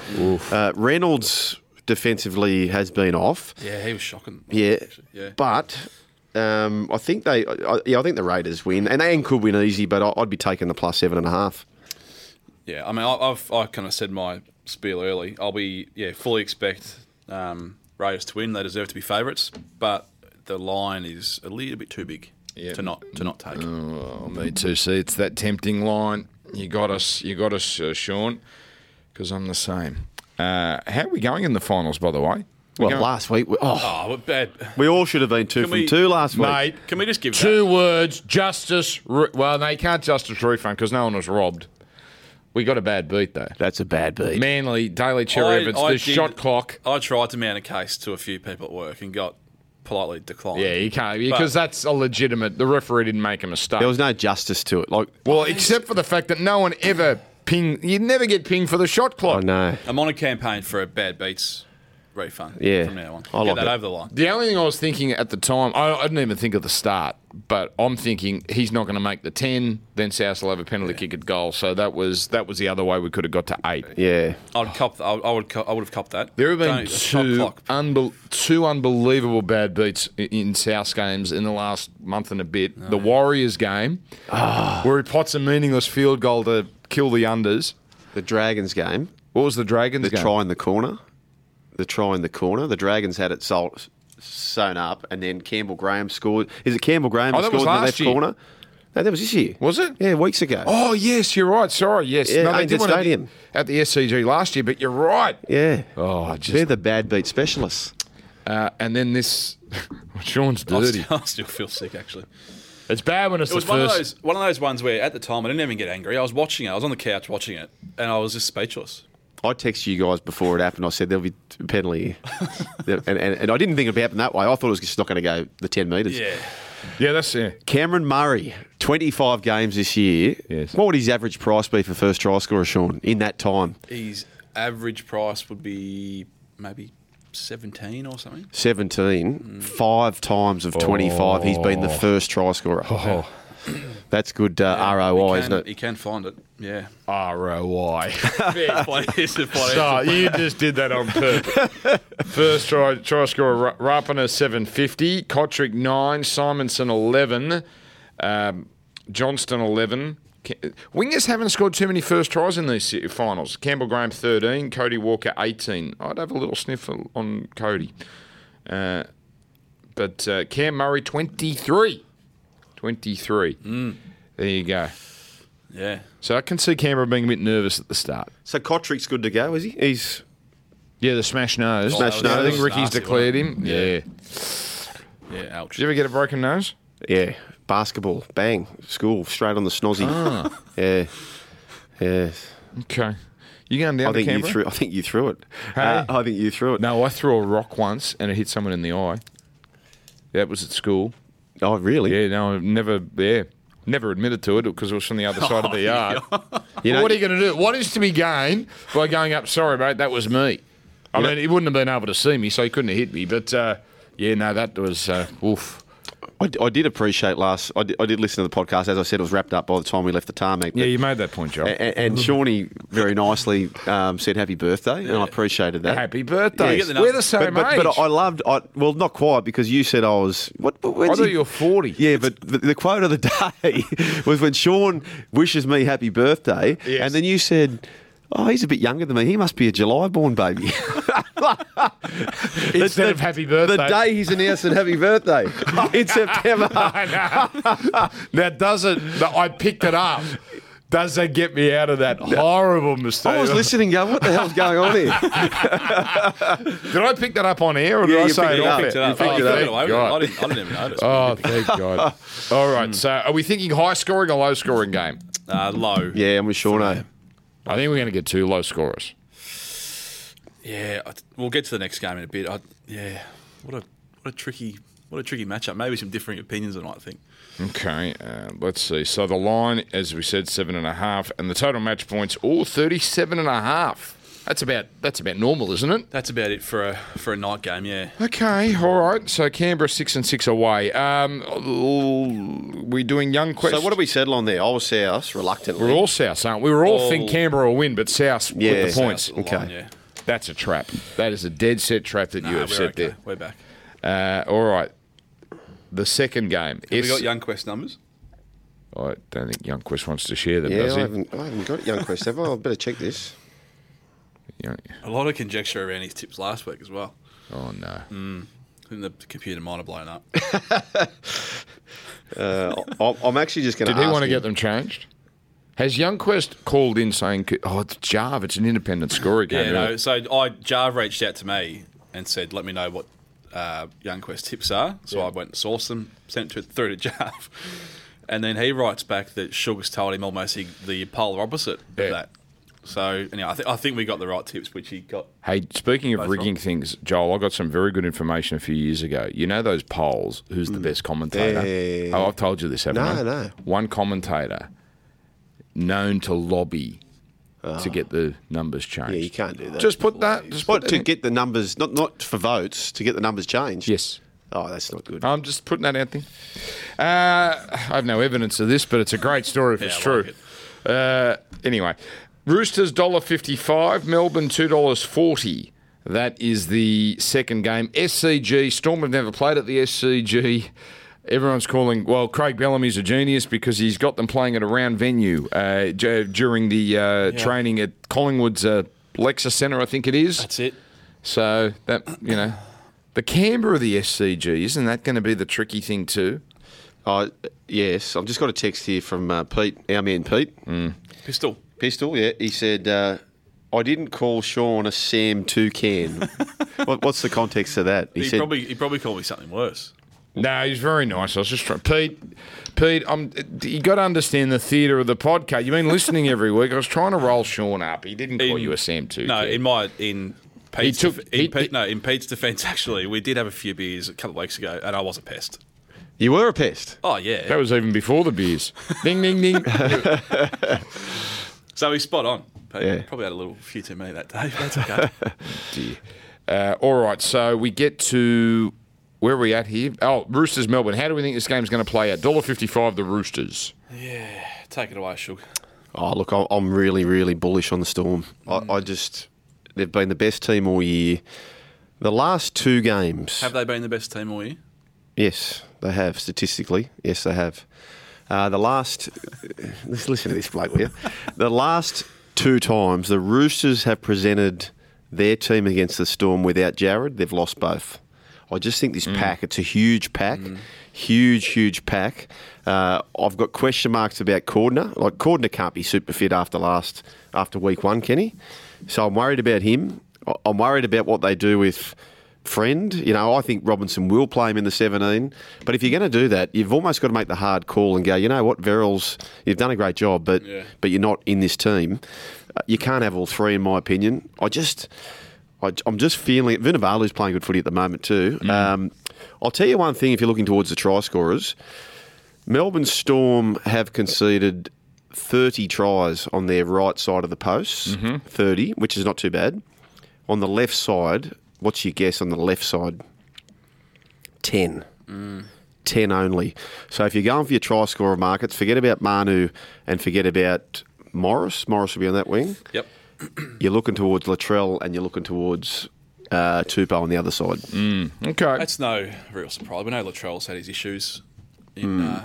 S2: Uh, Reynolds defensively has been off.
S3: Yeah, he was shocking.
S2: Yeah,
S3: Yeah.
S2: but. Um, I think they, I, yeah, I think the Raiders win, and and could win easy, but I, I'd be taking the plus seven and a half.
S3: Yeah, I mean, I, I've I kind of said my spiel early. I'll be yeah, fully expect um, Raiders to win. They deserve to be favourites, but the line is a little bit too big to not to not take.
S1: Oh, me too. See, it's that tempting line. You got us. You got us, uh, Sean. Because I'm the same. Uh, how are we going in the finals, by the way?
S2: Well,
S1: going-
S2: last week, we, oh,
S3: Oh, we're bad.
S2: we all should have been two from
S3: we-
S2: two last week.
S1: Mate,
S3: Can we just give
S1: Two words: justice. Re- well, they can't justice refund because no one was robbed. We got a bad beat though.
S2: That's a bad beat.
S1: Manly, Daily
S3: that?
S1: Cherry Evans, the
S3: did-
S1: shot clock.
S3: I tried to mount a case to a few people at work and got politely declined.
S1: Yeah, you can't because that's a legitimate. The referee didn't make a mistake.
S2: There was no justice to it. Like,
S1: well, except for the fact that no one ever ping. You never get pinged for the shot
S2: I
S1: clock.
S2: know.
S3: I'm on a campaign for a bad beats refund.
S2: Yeah.
S3: from now on,
S2: I
S3: get
S2: like
S3: that
S2: it.
S3: over the line.
S1: The only thing I was thinking at the time, I, I didn't even think of the start, but I'm thinking he's not going to make the ten. Then South will have a penalty kick at goal. So that was that was the other way we could have got to eight.
S2: Yeah.
S3: I'd cop. I, I would. Cop, I would have copped that.
S1: There have been
S3: Don't- the shot
S1: two,
S3: clock.
S1: unbel- two unbelievable bad beats i- in South games in the last month and a bit. The Warriors game,
S2: Ah.
S1: where he pots a meaningless field goal to kill the unders.
S2: The Dragons game,
S1: What was the Dragons
S2: the
S1: game?
S2: try in the corner, the try in the corner. The Dragons had it sol sewn up, and then Campbell Graham scored. Is it Campbell Graham
S1: Oh,
S2: that
S1: that was
S2: scored in
S1: last
S2: the left
S1: year.
S2: corner? No, that was this year.
S1: Was it?
S2: Yeah, weeks ago.
S1: Oh yes, you're right. Sorry, yes.
S2: Yeah,
S1: they
S2: Ain't
S1: did
S2: That
S1: one at the-
S2: Stadium.
S1: at the SCG last year, but you're right.
S2: Yeah.
S1: Oh, I
S2: They're
S1: just
S2: the bad beat specialists.
S1: uh, and then this. Sean's
S3: I
S1: dirty.
S3: still, I still feel sick actually.
S1: It's bad when it's
S3: It was one of those one of those ones where at the time I didn't even get angry. I was watching it. I was on the couch watching it, and I was just speechless.
S2: I texted you guys before it happened. I said there'll be a penalty, and, and, and I didn't think it'd happen that way. I thought it was just not going to go the ten meters.
S3: Yeah,
S1: Yeah, that's yeah.
S2: Cameron Murray, 25 games this year.
S1: Yes.
S2: What would his average price be for first try scorer, Sean, in that time?
S3: his average price would be maybe seventeen or something.
S2: 17, five times of 25, he's been
S1: Oh.
S2: the first try scorer. That's good uh, ROI,
S3: he can,
S2: isn't it?
S3: He can find it. Yeah.
S1: ROI.
S3: Players are players.
S1: So you just did that on purpose. First try, try scorer Ra- Rapana seven fifty, Kotrick nine, Simonson eleven, um, Johnston eleven. Ca- Wingers haven't scored too many first tries in these se- finals. Campbell Graham thirteen, Cody Walker eighteen. I'd have a little sniff on- on Cody, uh, but uh, Cam Murray twenty three. 23. There you go.
S3: Yeah.
S1: So I can see Canberra being a bit nervous at the start.
S2: So Kotrick's good to go, is he? He's
S1: Yeah, the smash nose.
S2: Smash
S1: Oh, Yeah, I
S2: nose.
S1: think Ricky's
S3: Nasty,
S1: declared him. Yeah.
S3: Yeah. Ouch.
S1: Did you ever get a broken nose?
S2: yeah, basketball, bang, school, straight on the snozzy.
S1: Ah.
S2: Yeah, yeah.
S1: Okay. You going down
S2: I
S1: to
S2: think you
S1: Canberra?
S2: threw. I think you threw it. Uh, I think you threw it.
S1: no, I threw a rock once and it hit someone in the eye. That was at school.
S2: Oh, really?
S1: Yeah, no, I've never, yeah, never admitted to it because it was from the other side of the yard.
S2: You
S1: Well,
S2: know,
S1: what are you going to do? What is to be gained by going up? Sorry, mate, that was me. I mean, he wouldn't have been able to see me, so he couldn't have hit me. But uh, yeah, no, that was uh, oof.
S2: I, d- I did appreciate last. I did, I did listen to the podcast. As I said, it was wrapped up by the time we left the tarmac. but-
S1: Yeah, you made that point, Joel.
S2: a- a- and Shawnee very nicely um, said happy birthday, and I appreciated that.
S1: Happy
S3: You
S1: birthday!
S3: get the
S1: We're
S3: number.
S1: the same
S2: but, but,
S1: age.
S2: but I loved. I, well, not quite because you said I was. What? what
S1: I thought you were forty.
S2: Yeah, but the, the quote of the day was when Sean wishes me happy birthday,
S1: Yes.
S2: and then you said. Oh, he's a bit younger than me. He must be a July-born baby.
S1: Instead
S2: The-
S1: of happy birthday.
S2: the day he's announced happy birthday in September.
S1: I know. now, does it? no, I picked it up. Does that get me out of that horrible mistake?
S2: I was listening, going, "What the hell's going on here?"
S1: Did I pick that up on air, or did
S2: Yeah,
S1: I
S2: you
S1: say
S2: picked
S1: it
S2: it
S1: off
S2: up.
S1: air?
S3: picked it up.
S2: picked
S3: Oh, I
S2: it
S3: threw
S2: up.
S3: it away.
S1: God.
S3: I didn't, I didn't even notice.
S1: Oh, thank God! All right, so are we thinking high scoring or low scoring game?
S3: Uh, low.
S2: Yeah, I'm with Shauna.
S1: I think we're going to get two low scorers.
S3: Yeah, I, we'll get to the next game in a bit. I, yeah, what a what a tricky what a tricky matchup. Maybe some differing opinions on it, I think.
S1: Okay, uh, let's see. So the line, as we said, seven and a half, and the total match points all thirty-seven and a half. That's about that's about normal, isn't it?
S3: That's about it for a for a night game. Yeah,
S1: Okay, all right. So Canberra six and six away. Um, l- we doing young quest.
S2: So what do we settle on there? I was South, reluctantly.
S1: We're all South, aren't we? We're all
S3: All-
S1: think Canberra will win, but South
S2: Yeah.
S1: with the points.
S3: That's the line,
S2: okay.
S3: yeah.
S1: That's a trap. That is a dead set trap that you
S3: Nah,
S1: have
S3: we're
S1: set
S3: okay. We're back.
S1: there. Uh, all right. The second game.
S3: We
S1: S-
S3: got Young Quest numbers.
S1: I don't think Young Quest wants to share them,
S2: yeah,
S1: does
S2: I
S1: he?
S2: haven't, I haven't got Young Quest, have I? I better check this.
S1: Young-
S3: A lot of conjecture around his tips last week as well.
S1: Oh no.
S3: I think the computer might have blown up.
S2: Uh, I- I'm actually just going to.
S1: Did he want to get them changed? Has Young Quest called in saying, "Oh, it's Jarve, it's an independent scorer game."
S3: Yeah, no. So I Jarve reached out to me and said, "Let me know what uh, Young Quest tips are." So I went and sourced them, sent it through to Jarve, and then he writes back that Sugar's told him almost he, the polar opposite
S1: Yeah.
S3: of that. So anyway, I, th- I think we got the right tips, which he got.
S1: Hey, speaking of
S3: Both
S1: rigging things, Joel, I got some very good information a few years ago. You know those polls, who's the best commentator?
S2: Mm. Yeah.
S1: Oh, I've told you this, haven't
S2: No,
S1: I?
S2: no.
S1: One commentator known to lobby to get the numbers changed.
S2: Ah. Yeah, you can't do that.
S1: Just put that. Just
S2: What,
S1: put
S2: to
S1: that in.
S2: get the numbers, not not for votes, to get the numbers changed.
S1: Yes. Uh,
S2: Oh, that's not good.
S1: I'm just putting that out there. Uh, I have no evidence of this, but it's a great story if
S3: Yeah,
S1: it's
S3: I
S1: true.
S3: like
S1: Uh, anyway, Roosters dollar fifty-five, Melbourne two dollars forty. That is the second game. SCG Storm have never played at the SCG. Everyone's calling. Well, Craig Bellamy's a genius because he's got them playing at a round venue uh, j- during the uh, training at Collingwood's uh, Lexus Centre, I think it is.
S3: That's it.
S1: So that you know, the Canberra of the SCG isn't that going to be the tricky thing too?
S2: Oh, yes, I've just got a text here from uh, Pete, our man Pete
S1: Mm.
S3: Pistol.
S2: Pistol. Yeah, he said, uh, "I didn't call Sean a Sam Toucan." what, what's the context of that?
S3: He,
S2: said,
S3: probably he probably called me something worse.
S1: No, he's very nice. I was just trying, Pete. Pete, I'm, you got to understand the theatre of the podcast. You've been listening every week. I was trying to roll Sean up. He didn't call
S3: In-
S1: you a Sam too.
S3: No, in my in Pete's
S1: took-
S3: def-
S1: he-
S3: in Pete,
S1: he-
S3: no in Pete's defence actually, we did have a few beers a couple of weeks ago, and I was a pest.
S2: "You were a pest."
S3: Oh yeah,
S1: that was even before the beers. ding ding ding.
S3: So he's spot on. Pete.
S2: Yeah.
S3: Probably had a little few too many that day. but That's okay.
S1: Dear. Uh, all right, so we get to where are we at here? Oh, Roosters Melbourne. How do we think this game's going to play out? Dollar fifty-five. The Roosters.
S3: yeah, take it away, Shug.
S2: Oh, look, I- I'm really, really bullish on the Storm. I, I just, they've been the best team all year. The last two games,
S3: Have they been the best team all year?
S2: yes, they have statistically. Yes, they have. Uh, the last, let's listen to this bloke, will you? The last two times the Roosters have presented their team against the Storm without Jared, they've lost both. I just think this pack, it's a huge pack, huge, huge pack. Uh, I've got question marks about Cordner. Like Cordner can't be super fit after last after week one, can he? So I'm worried about him. I- I'm worried about what they do with Friend. You know, I think Robinson will play him in the 17. But if you're going to do that, you've almost got to make the hard call and go. You know what, Verrills, you've done a great job, but
S3: Yeah.
S2: but you're not in this team. Uh, You can't have all three, in my opinion. I just, I, am just feeling it. Vinavalu's playing good footy at the moment too. Um, I'll tell you one thing: if you're looking towards the try scorers, Melbourne Storm have conceded 30 tries on their right side of the posts, 30, which is not too bad. On the left side, what's your guess on the left side? 10. Mm. 10 only. So if you're going for your try scorer markets, forget about Manu and forget about Morris. Morris will be on that wing.
S3: Yep.
S2: You're looking towards Latrell and you're looking towards uh, Tupou on the other side.
S1: Okay.
S3: That's no real surprise. We know Latrell's had his issues in
S1: Hmm.
S3: uh,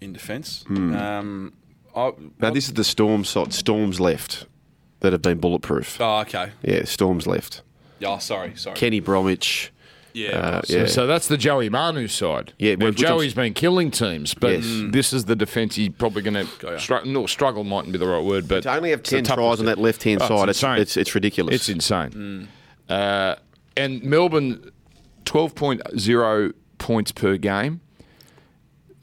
S3: in defence. Um, I,
S2: Now, this is the Storm side, Storm's left that have been bulletproof.
S3: oh, okay.
S2: Yeah, Storm's left.
S3: Yeah, oh, sorry, sorry.
S2: Kenny Bromwich.
S3: yeah,
S2: Uh,
S1: So-
S2: yeah.
S1: So that's the Joey Manu side.
S2: Yeah,
S1: now,
S2: which- which I'm-
S1: Joey's been killing teams, but
S2: Yes. Mm.
S1: this is the defence he's probably going to
S3: yeah.
S1: struggle. No, struggle mightn't be the right word, but
S2: to only have
S1: it's the
S2: 10
S1: toughest
S2: tries on that left hand
S1: Oh,
S2: side,
S1: it's
S2: it's,
S1: insane.
S2: it's, it's ridiculous. Mm.
S1: It's insane. Uh, and Melbourne, twelve point zero points per game.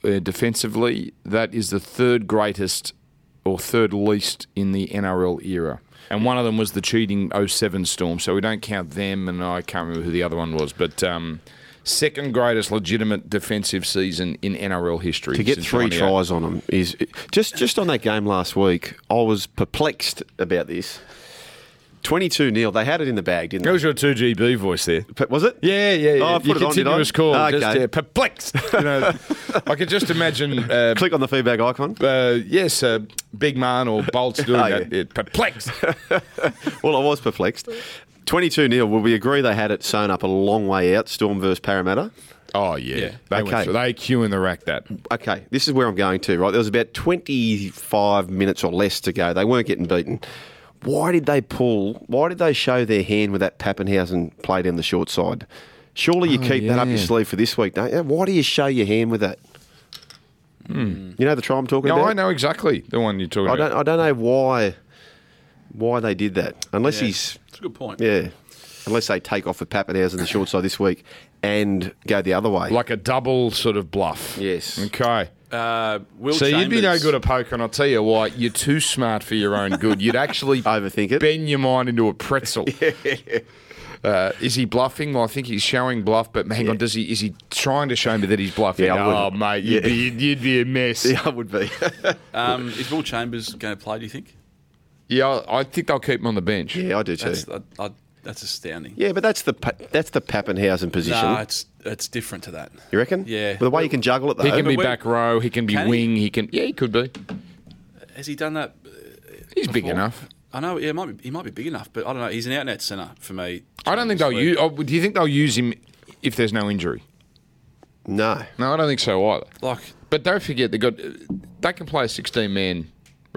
S1: Uh, defensively, that is the third greatest or third least in the NRL era. And one of them was the cheating 07 Storm, so we don't count them, and I can't remember who the other one was. But um, second greatest legitimate defensive season in NRL history.
S2: To get
S1: since
S2: three
S1: 98.
S2: tries on him is just just on that game last week. I was perplexed about this. Twenty-two nil. They had it in the bag, didn't
S1: That
S2: they?
S1: was your 2GB voice there.
S2: But Was it?
S1: Yeah, yeah, yeah.
S2: Oh, I put
S1: Your
S2: it on, did I?
S1: continuous call.
S2: Okay.
S1: Just, yeah, perplexed. You know, I could just imagine uh,
S2: Click on the feedback icon.
S1: Uh, yes, uh, Big Man or Bolts doing
S2: Oh,
S1: that.
S2: yeah.
S1: It perplexed.
S2: Well, I was perplexed. 22 0. Will we agree they had it sewn up a long way out, Storm versus Parramatta?
S1: Oh yeah,
S3: Yeah.
S1: they
S2: Okay.
S1: went through. They queue in the rack that.
S2: Okay, this is where I'm going to, right? There was about 25 minutes or less to go. They weren't getting beaten. Why did they pull? Why did they show their hand with that Pappenhausen play down the short side? Surely you keep that up your
S1: Oh, yeah.
S2: sleeve for this week, don't you? Why do you show your hand with that? You know the try I'm talking
S1: Hmm. No,
S2: about?
S1: I know exactly the one you're talking
S2: I
S1: about.
S2: don't, I don't know why why they did that. Unless
S3: Yeah,
S2: he's
S3: it's a good point.
S2: Yeah. Unless they take off with Pappenhausen the short side this week and go the other way.
S1: Like a double sort of bluff.
S2: Yes.
S1: Okay.
S3: Uh, Will
S1: so you'd be no
S3: Chambers-
S1: good at poker, and I'll tell you why. You're too smart for your own good. You'd actually
S2: Overthink it.
S1: Bend your mind into a pretzel. Uh, is he bluffing? Well, I think he's showing bluff, but hang on, does he? Is he trying to show me that he's bluffing?
S2: Yeah, I
S1: oh,
S2: wouldn't.
S1: mate, you'd,
S2: Yeah.
S1: be, you'd, you'd be a mess.
S2: yeah, I would be.
S3: Um, is Will Chambers going to play? Do you think?
S1: Yeah, I I think they'll keep him on the bench.
S2: yeah, I do too.
S3: That's I, I, that's astounding.
S2: yeah, but that's the pa- that's the Pappenhausen position.
S3: Nah, it's it's different to that.
S2: you reckon?
S3: Yeah.
S2: Well, the way you can juggle it though.
S1: He can be
S3: but we-
S1: back row. He can be
S3: Can he?
S1: wing. He? can. Yeah, he could be.
S3: Has he done that? uh,
S1: He's big
S3: before?
S1: enough.
S3: I know. Yeah, it might be, he might be big enough, but I don't know. He's an out and out centre for me.
S1: I don't think they'll use. Oh, do you think they'll use him if there's no injury?
S2: No.
S1: No, I don't think so either.
S3: Like,
S1: But don't forget they got they can play a 16 man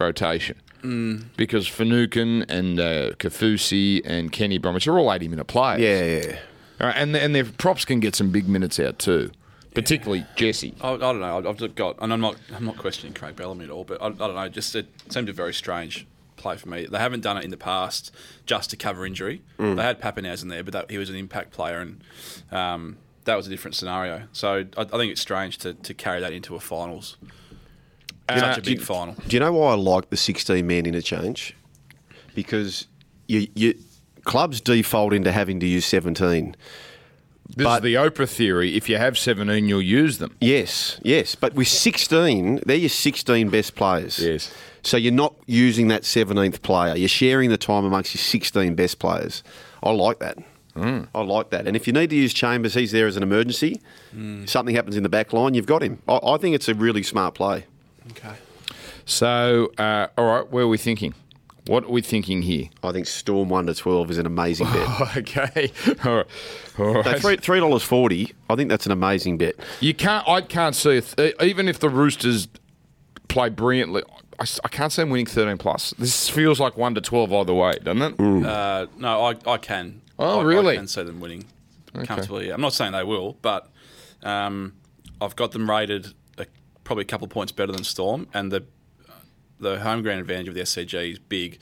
S1: rotation
S2: Mm.
S1: because Fanukin and uh, Kafusi and Kenny Bromwich are all 80 minute players.
S2: Yeah, yeah, yeah.
S1: All right, and and their props can get some big minutes out too, particularly Jesse.
S3: I, I don't know. I've- I've just got, and I'm not I'm not questioning Craig Bellamy at all, but I, I don't know. Just it seemed a very strange play for me. They haven't done it in the past just to cover injury.
S1: Mm.
S3: They had Pappenhausen in there, but that, he was an impact player, and um, that was a different scenario. So I, I think it's strange to, to carry that into a finals.
S1: Uh,
S3: Such a big final.
S2: Do you know why I like the 16 man interchange? Because you, you clubs default into having to use 17.
S1: This is
S2: But-
S1: the Oprah theory. If you have 17, you'll use them.
S2: Yes, yes, but with 16, they're your 16 best players.
S1: Yes.
S2: So you're not using that 17th player. You're sharing the time amongst your 16 best players. I like that.
S1: Hmm.
S2: I like that. And if you need to use Chambers, he's there as an emergency. Something happens in the back line, you've got him. I, I think it's a really smart play.
S3: Okay.
S1: So, uh, all right, where are we thinking? What are we thinking here?
S2: I think Storm 1 to 12 is an amazing bet.
S1: Okay, all right. All
S2: So
S1: right.
S2: three- $3.40, I think that's an amazing bet.
S1: You can't. I can't see. A th- e, even if the Roosters play brilliantly, I, s- I can't see them winning thirteen plus. This feels like one to twelve either way, doesn't it?
S3: Uh, no, I, I can.
S1: Oh,
S3: I,
S1: really?
S3: I can see them winning comfortably. I'm not saying they will, but um, I've got them rated a, probably a couple of points better than Storm, and the the home ground advantage of the SCG is big.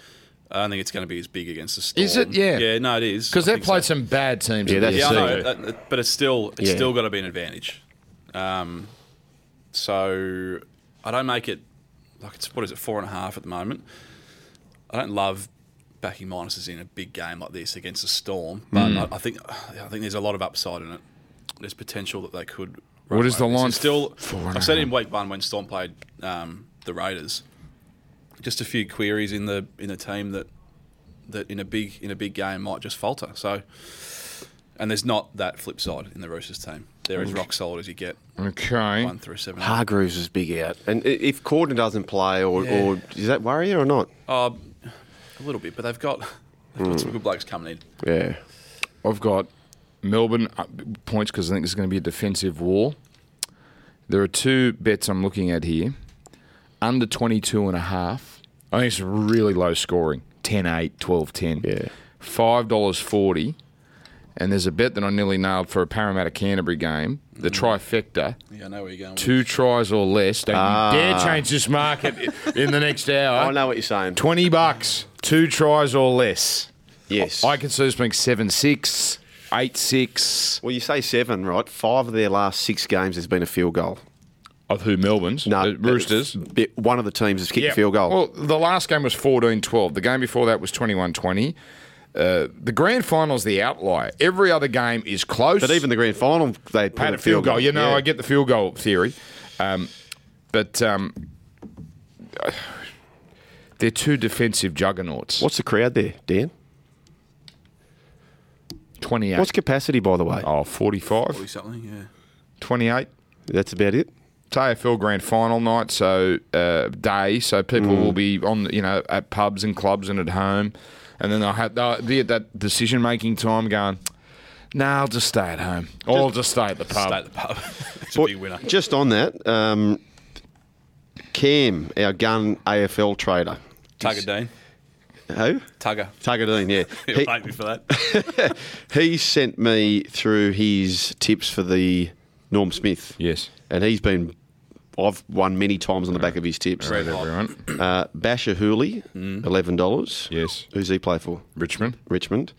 S3: I don't think it's going to be as big against the Storm.
S1: Is it? Yeah.
S3: Yeah, no, it is.
S1: Because
S3: I
S1: they've
S3: think so.
S1: played some bad teams.
S2: Yeah,
S1: at the
S2: that's-
S3: Yeah, I
S1: SCG.
S3: know, that- that- but it's still it's
S2: Yeah.
S3: still got to be an advantage. Um, so I don't make it like it's what is it four and a half at the moment. I don't love backing minuses in a big game like this against a storm, but
S1: Hmm.
S3: I, I think I think there's a lot of upside in it. There's potential that they could. run
S1: What is the
S3: away with this.
S1: line?
S3: It's Still,
S1: Four and a
S3: I said
S1: half.
S3: in week one when Storm played um, the Raiders, just a few queries in the in the team that that in a big in a big game might just falter. So, and there's not that flip side in the Roosters team. They're as rock solid as you get,
S1: Okay.
S3: one through seven.
S2: Hargreaves is big out. And i- if Corden doesn't play, or,
S3: Yeah.
S2: or does that worry you or not?
S3: Oh, a little bit, but they've got they've got some
S1: Hmm.
S3: good blokes coming in.
S2: Yeah.
S1: I've got Melbourne up points because I think there's going to be a defensive war. There are two bets I'm looking at here. Under 22 and a half. I think it's really low scoring. 10-8, 12-10.
S2: Yeah.
S1: $5.40. And there's a bet that I nearly nailed for a Parramatta Canterbury game. The
S2: Mm.
S1: trifecta,
S3: Yeah, I know where you're going. with
S1: two tries or less. Don't you dare change this market i- in the next
S2: Ah. I
S1: hour.
S2: know what you're saying.
S1: 20 bucks, two tries or less.
S2: Yes.
S1: I can see this being 7 6, 8 6.
S2: Well, you say seven, right? Five of their last six games has been a field goal.
S1: Of who? Melbourne's?
S2: No,
S1: The Roosters.
S2: Bit- One of the teams has kicked a field goal.
S1: Well, the last game was 14 12. The game before that was 21 20. Uh, the grand final's the outlier. Every other game is close.
S2: but even the grand final, they put
S1: had a field goal. You know,
S2: Yeah.
S1: I get the field goal theory. Um, but um, they're two defensive juggernauts.
S2: What's the crowd there, Dan?
S1: 28?
S2: What's capacity, by the way?
S1: oh, 45?
S3: Forty something, yeah.
S1: 28?
S2: That's about it.
S1: It's AFL grand final night, so uh, day, so people
S2: Mm.
S1: will be on, you know, at pubs and clubs and at home, and then they'll have they'll be at that decision making time going. Nah, I'll just stay at home. Or I'll just stay at the pub.
S3: Stay at the pub. Um, it's
S2: But
S3: a big winner.
S2: Just on that, um, Cam, our gun AFL trader.
S3: Tugger Dean.
S2: Who?
S3: Tugger.
S2: Tugger Dean, yeah.
S3: He'll
S2: He-
S3: thank me for that.
S2: He sent me through his tips for the Norm Smith.
S1: Yes.
S2: And he's been, I've won many times on the back of his tips.
S1: Right, everyone.
S2: Uh, Basher Hooley, $11.
S1: Mm. Yes.
S2: Who's he play for?
S1: Richmond.
S2: Richmond.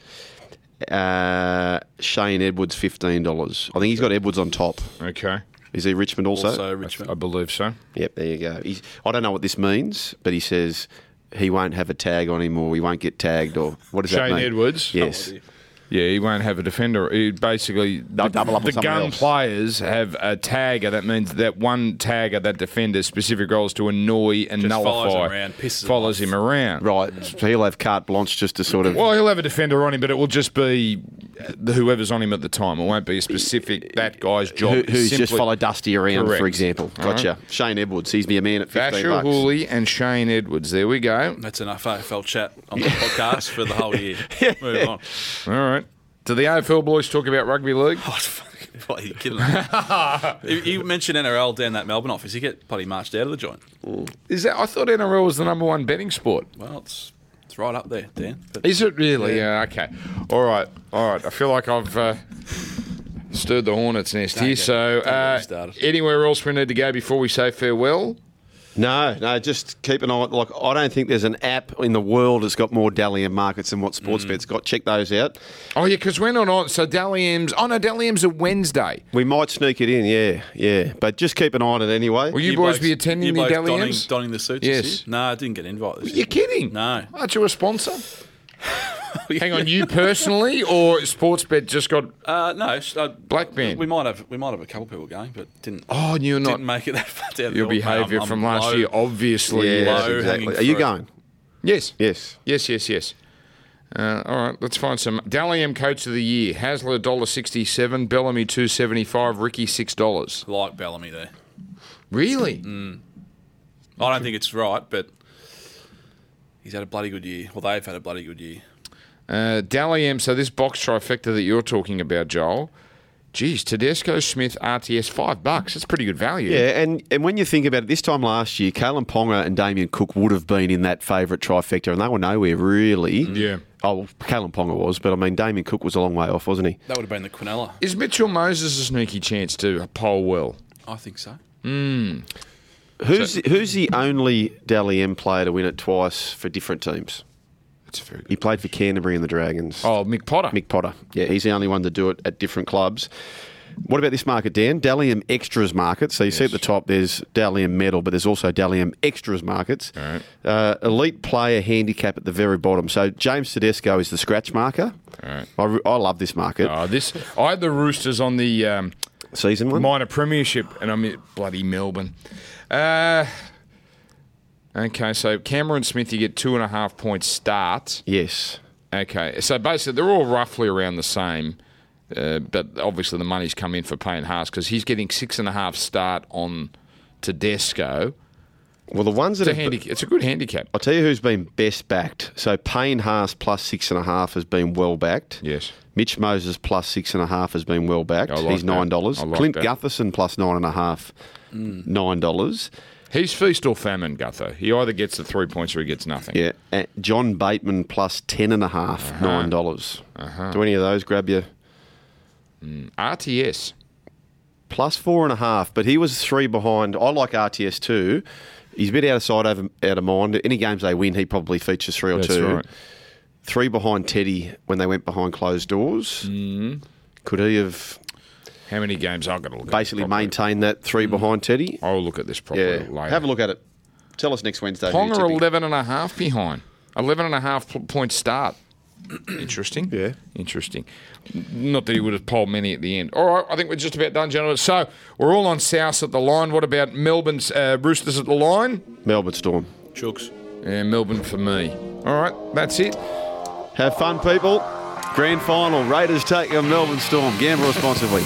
S2: Uh, Shane Edwards, $15. I think he's got Edwards on top.
S1: Okay.
S2: Is he Richmond also?
S3: Also
S1: I
S3: Richmond.
S1: believe so.
S2: Yep, there you go. He's, I don't know what this means, but he says he won't have a tag on him or he won't get tagged or what does that
S1: Shane
S2: mean?
S1: Edwards. Oh,
S2: Yes.
S1: Yeah, he won't have a defender. He basically,
S2: They'll double up on
S1: the
S2: someone
S1: gun
S2: else.
S1: players have a tagger. That means that one tagger, that defender's specific goal is to annoy and
S3: Just
S1: nullify.
S3: follows him around, pisses him
S1: follows
S3: off.
S1: him around.
S2: Right. So he'll have carte blanche just to sort of.
S1: Well, he'll have a defender on him, but it will just be the- whoever's on him at the time. It won't be a specific that guy's job.
S2: who,
S1: is
S2: who's just
S1: simply-
S2: followed Dusty around,
S1: Correct.
S2: for example.
S1: All right.
S2: Gotcha. Shane Edwards, he's me a man at fifteen
S1: Basher
S2: bucks.
S1: Hooley and Shane Edwards. There we go.
S3: That's enough AFL chat on the podcast for the whole year. Move on.
S1: All right. Do the AFL boys talk about rugby league?
S3: Oh, fucking- what are you kidding me? You- you mentioned NRL down that Melbourne office, you get bloody marched out of the joint.
S1: Is that? I thought NRL was the number one betting sport.
S3: Well, it's it's right up there, Dan. But
S1: Is it really? Yeah. okay. All right. All right. I feel like I've uh, stirred the hornet's nest here.
S3: get-
S1: So,
S3: don't get me
S1: uh,
S3: started.
S1: anywhere else we need to go before we say farewell?
S2: No, no, just keep an eye. Like, I don't think there's an app in the world that's got more Dalian markets than what
S3: Mm.
S2: Sportsbet's got. Check those out.
S1: Oh yeah, because we're not on. So Dally M's. Oh no, Dally M's are Wednesday.
S2: We might sneak it in, yeah, yeah. But just keep an eye on it anyway.
S1: Will you, boys be attending
S3: you
S1: the
S3: blokes
S1: Dally
S3: donning,
S1: M's?
S3: donning the suits?
S1: Yes.
S3: Yes. No, I didn't get an invite. This
S1: You're
S3: year.
S1: kidding?
S3: No.
S1: Aren't you a sponsor? Hang on, you personally or Sportsbet just got?
S3: Uh, no, sh- uh,
S1: Black band.
S3: We might have we might have a couple people going, but didn't.
S1: Oh, you're not.
S3: didn't make it that far down. the
S1: Your
S3: hill, mate. I'm-
S1: behaviour
S3: I'm
S1: from last
S3: low.
S1: year, Oh. obviously.
S2: yeah,
S1: is-
S3: low
S2: exactly.
S3: hanging
S2: Are you
S3: fruit.
S2: going?
S1: Yes.
S2: Yes.
S1: Yes, yes, yes. Uh, all right, let's find some. Dally M Coach of the Year. Hasler $1.67, Bellamy two seventy five, Ricky $6.
S3: Like Bellamy there.
S1: Really?
S3: Mm. I don't think it's right, but he's had a bloody good year. Well, they've had a bloody good year.
S1: Uh, Dally M, so this box trifecta that you're talking about, Joel. Geez, Tedesco, Smith, RTS, five bucks. That's pretty good value.
S2: Yeah, and, and when you think about it, this time last year, Kalen Ponga and Damien Cook would have been in that favourite trifecta, and they were nowhere really.
S3: Mm.
S1: Yeah.
S2: Oh, well, Kalen Ponga was, but I mean, Damien Cook was a long way off, wasn't he?
S3: That would have been the Quinella.
S1: Is Mitchell Moses a sneaky chance to poll well?
S3: I think so.
S2: Who's who's the only Dally M player to win it twice for different teams?
S1: That's very
S2: He played for Canterbury and the Dragons.
S1: Oh, Mick Potter.
S2: Mick Potter. Yeah, he's the only one to do it at different clubs. What about this market, Dan? Dalium Extras Market. So you see at the top, there's Dalium Metal, but there's also Dalium Extras Markets.
S1: right.
S2: Uh, elite Player Handicap at the very bottom. So James Tedesco is the scratch marker.
S1: All right.
S2: I, re- I love this market.
S1: Oh, this. I had the Roosters on the. Um,
S2: Season one.
S1: minor premiership, and I'm in bloody Melbourne. Uh, okay, so Cameron Smith, you get two and a half point start.
S2: yes.
S1: Okay, so basically they're all roughly around the same, uh, but obviously the money's come in for Payne Haas because he's getting six and a half start on Tedesco.
S2: Well, the ones that
S1: It's a,
S2: have-
S1: handi- it's a good handicap.
S2: I'll tell you who's been best backed. So Payne Haas plus six and a half has been well backed.
S1: Yes.
S2: Mitch Moses plus six and a half has been well backed.
S1: I like
S2: He's
S1: that.
S2: nine dollars.
S1: I like
S2: Clint
S1: that. Mm.
S2: Gutherson plus nine and a half, nine dollars.
S1: He's feast or famine, Gutho. He either gets the three points or he gets nothing.
S2: Yeah, and John Bateman plus ten and a half,
S1: Uh-huh.
S2: nine dollars. Do any of those grab you?
S1: RTS.
S2: Plus four and a half, but he was three behind. I like RTS too. He's a bit out of sight, over, out of mind. Any games they win, he probably features three or
S1: That's
S2: two.
S1: right. Mm.
S2: Three behind Teddy when they went behind closed doors. Could he have?
S1: How many games I've got to look
S2: basically
S1: at? properly.
S2: maintain that
S1: Mm.
S2: three behind Teddy.
S1: I'll look at this properly
S2: Yeah,
S1: later.
S2: have a look at it. Tell us next Wednesday. who
S1: Pong
S2: you're
S1: are
S2: tipping.
S1: 11 and a half behind. 11 and a half pl- point start. Interesting.
S2: Yeah.
S1: Interesting. Not that he would have polled many at the end. All right, I think we're just about done, gentlemen. So we're all on South at the line. What about Melbourne's uh, Roosters at the line?
S2: Melbourne Storm.
S3: Chooks.
S1: Yeah, Melbourne for me. All right, that's it.
S2: Have fun, people. Grand final. Raiders taking on Melbourne Storm. Gamble responsibly.